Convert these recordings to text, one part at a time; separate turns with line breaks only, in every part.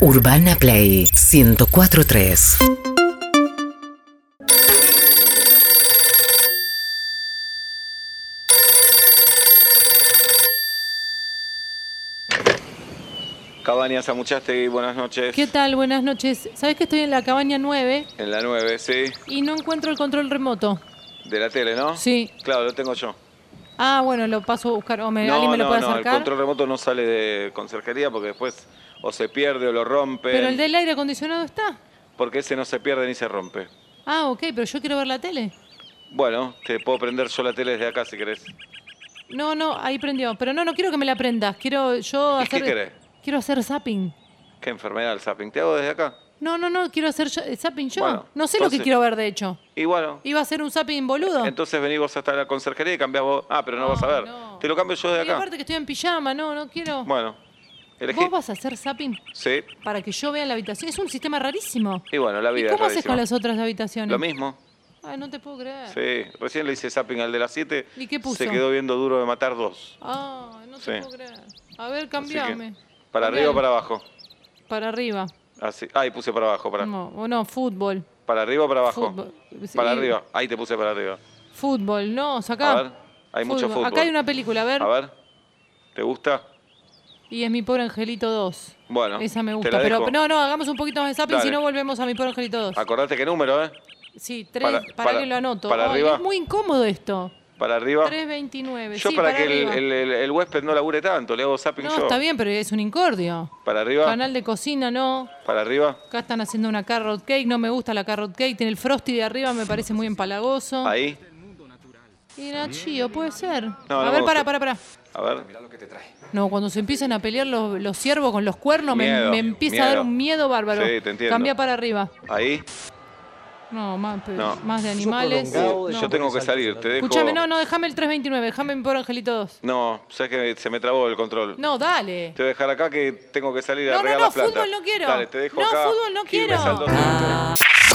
Urbana Play 1043.
Cabañas Amuchaste, buenas noches.
¿Qué tal? Buenas noches. Sabes que estoy en la cabaña 9
En la 9, sí.
y no encuentro el control remoto.
De la tele, ¿no?
Sí.
Claro, lo tengo yo.
Ah, bueno, lo paso a buscar. O me,
no,
alguien me lo
no,
puede
no,
acercar.
el control remoto no sale de conserjería porque después o se pierde o lo rompe.
Pero el del aire acondicionado está.
Porque ese no se pierde ni se rompe.
Ah, ok, pero yo quiero ver la tele.
Bueno, te puedo prender yo la tele desde acá si querés.
No, no, ahí prendió. Pero no, no quiero que me la prendas. Quiero yo
¿Y qué
hacer.
querés?
Quiero hacer zapping.
Qué enfermedad el zapping. ¿Te hago desde acá?
No, no, no, quiero hacer yo- eh, zapping yo.
Bueno,
no sé lo
entonces-
que quiero ver, de hecho.
Y bueno,
Iba a ser un zapping boludo.
entonces venís vos hasta la conserjería y cambiás vos. Ah, pero no,
No,
vas a ver.
no.
Te lo cambio yo desde
y
acá.
aparte que estoy en pijama, no, no quiero.
Bueno, elegí.
¿Vos vas a hacer zapping
Sí.
para que yo vea en la habitación? Es un sistema rarísimo.
Y bueno, la
¿Y
vida
cómo
es
haces con
rarísima.
las otras habitaciones?
Lo mismo.
Ay, no te puedo creer.
Sí, recién le hice zapping al de las 7.
¿Y qué puso?
Se quedó viendo duro de matar dos.
Ah, no te
Sí.
puedo creer. A ver,
Así que,
cambiame.
para
Cambiame.
arriba o para abajo.
Para arriba.
Así. Ahí puse para abajo. Para,
No, o no, fútbol.
para arriba o para abajo.
Fútbol. Sí.
Para arriba. Ahí te puse para arriba.
Fútbol, no, sacá.
A ver, hay mucho fútbol.
Acá hay una película, a ver.
A ver. ¿Te gusta?
Y es Mi Pobre Angelito 2.
Bueno,
Esa me
te
gusta.
la
Pero
dejo.
no, no, hagamos un poquito más de zapping,
Dale.
si no volvemos a Mi Pobre Angelito 2.
Acordate qué número, ¿eh?
Sí, tres,
Para-
para,
para-
que lo anoto.
para
Ay,
arriba.
Es muy incómodo esto.
Para arriba.
3.29.
Yo
sí,
para, que el,
arriba.
el- el- el huésped no labure tanto, le hago zapping
No,
yo.
está bien, pero es un incordio.
Para arriba.
Canal de cocina, no.
Para arriba.
Acá están haciendo una carrot cake, no me gusta la carrot cake, tiene el frosty de arriba, me parece muy empalagoso.
Ahí.
Y Nachio, puede ser.
no
a
me
ver,
gusta.
pará, pará, pará.
A ver.
No, cuando se empiezan a pelear los, los ciervos con los cuernos, me-
Miedo,
me, empieza a
miedo.
dar un miedo bárbaro.
Sí, te entiendo.
Cambia para arriba.
Ahí.
No, más, pe-
No.
más de animales.
prolongado
No.
de-
Yo tengo que salir. Te dejo.
Escúchame, no, no, déjame el 329, déjame mi pobre angelito 2.
No, sabes que se me trabó el control.
No, dale.
Te voy a dejar acá que tengo que salir a
No, no,
regar
no,
la plata.
fútbol no quiero.
Dale, te dejo
No,
acá.
fútbol no
Gil me
quiero.
saltó.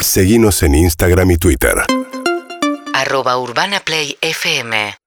Seguinos en Instagram y Twitter.
Arroba Urbana Play FM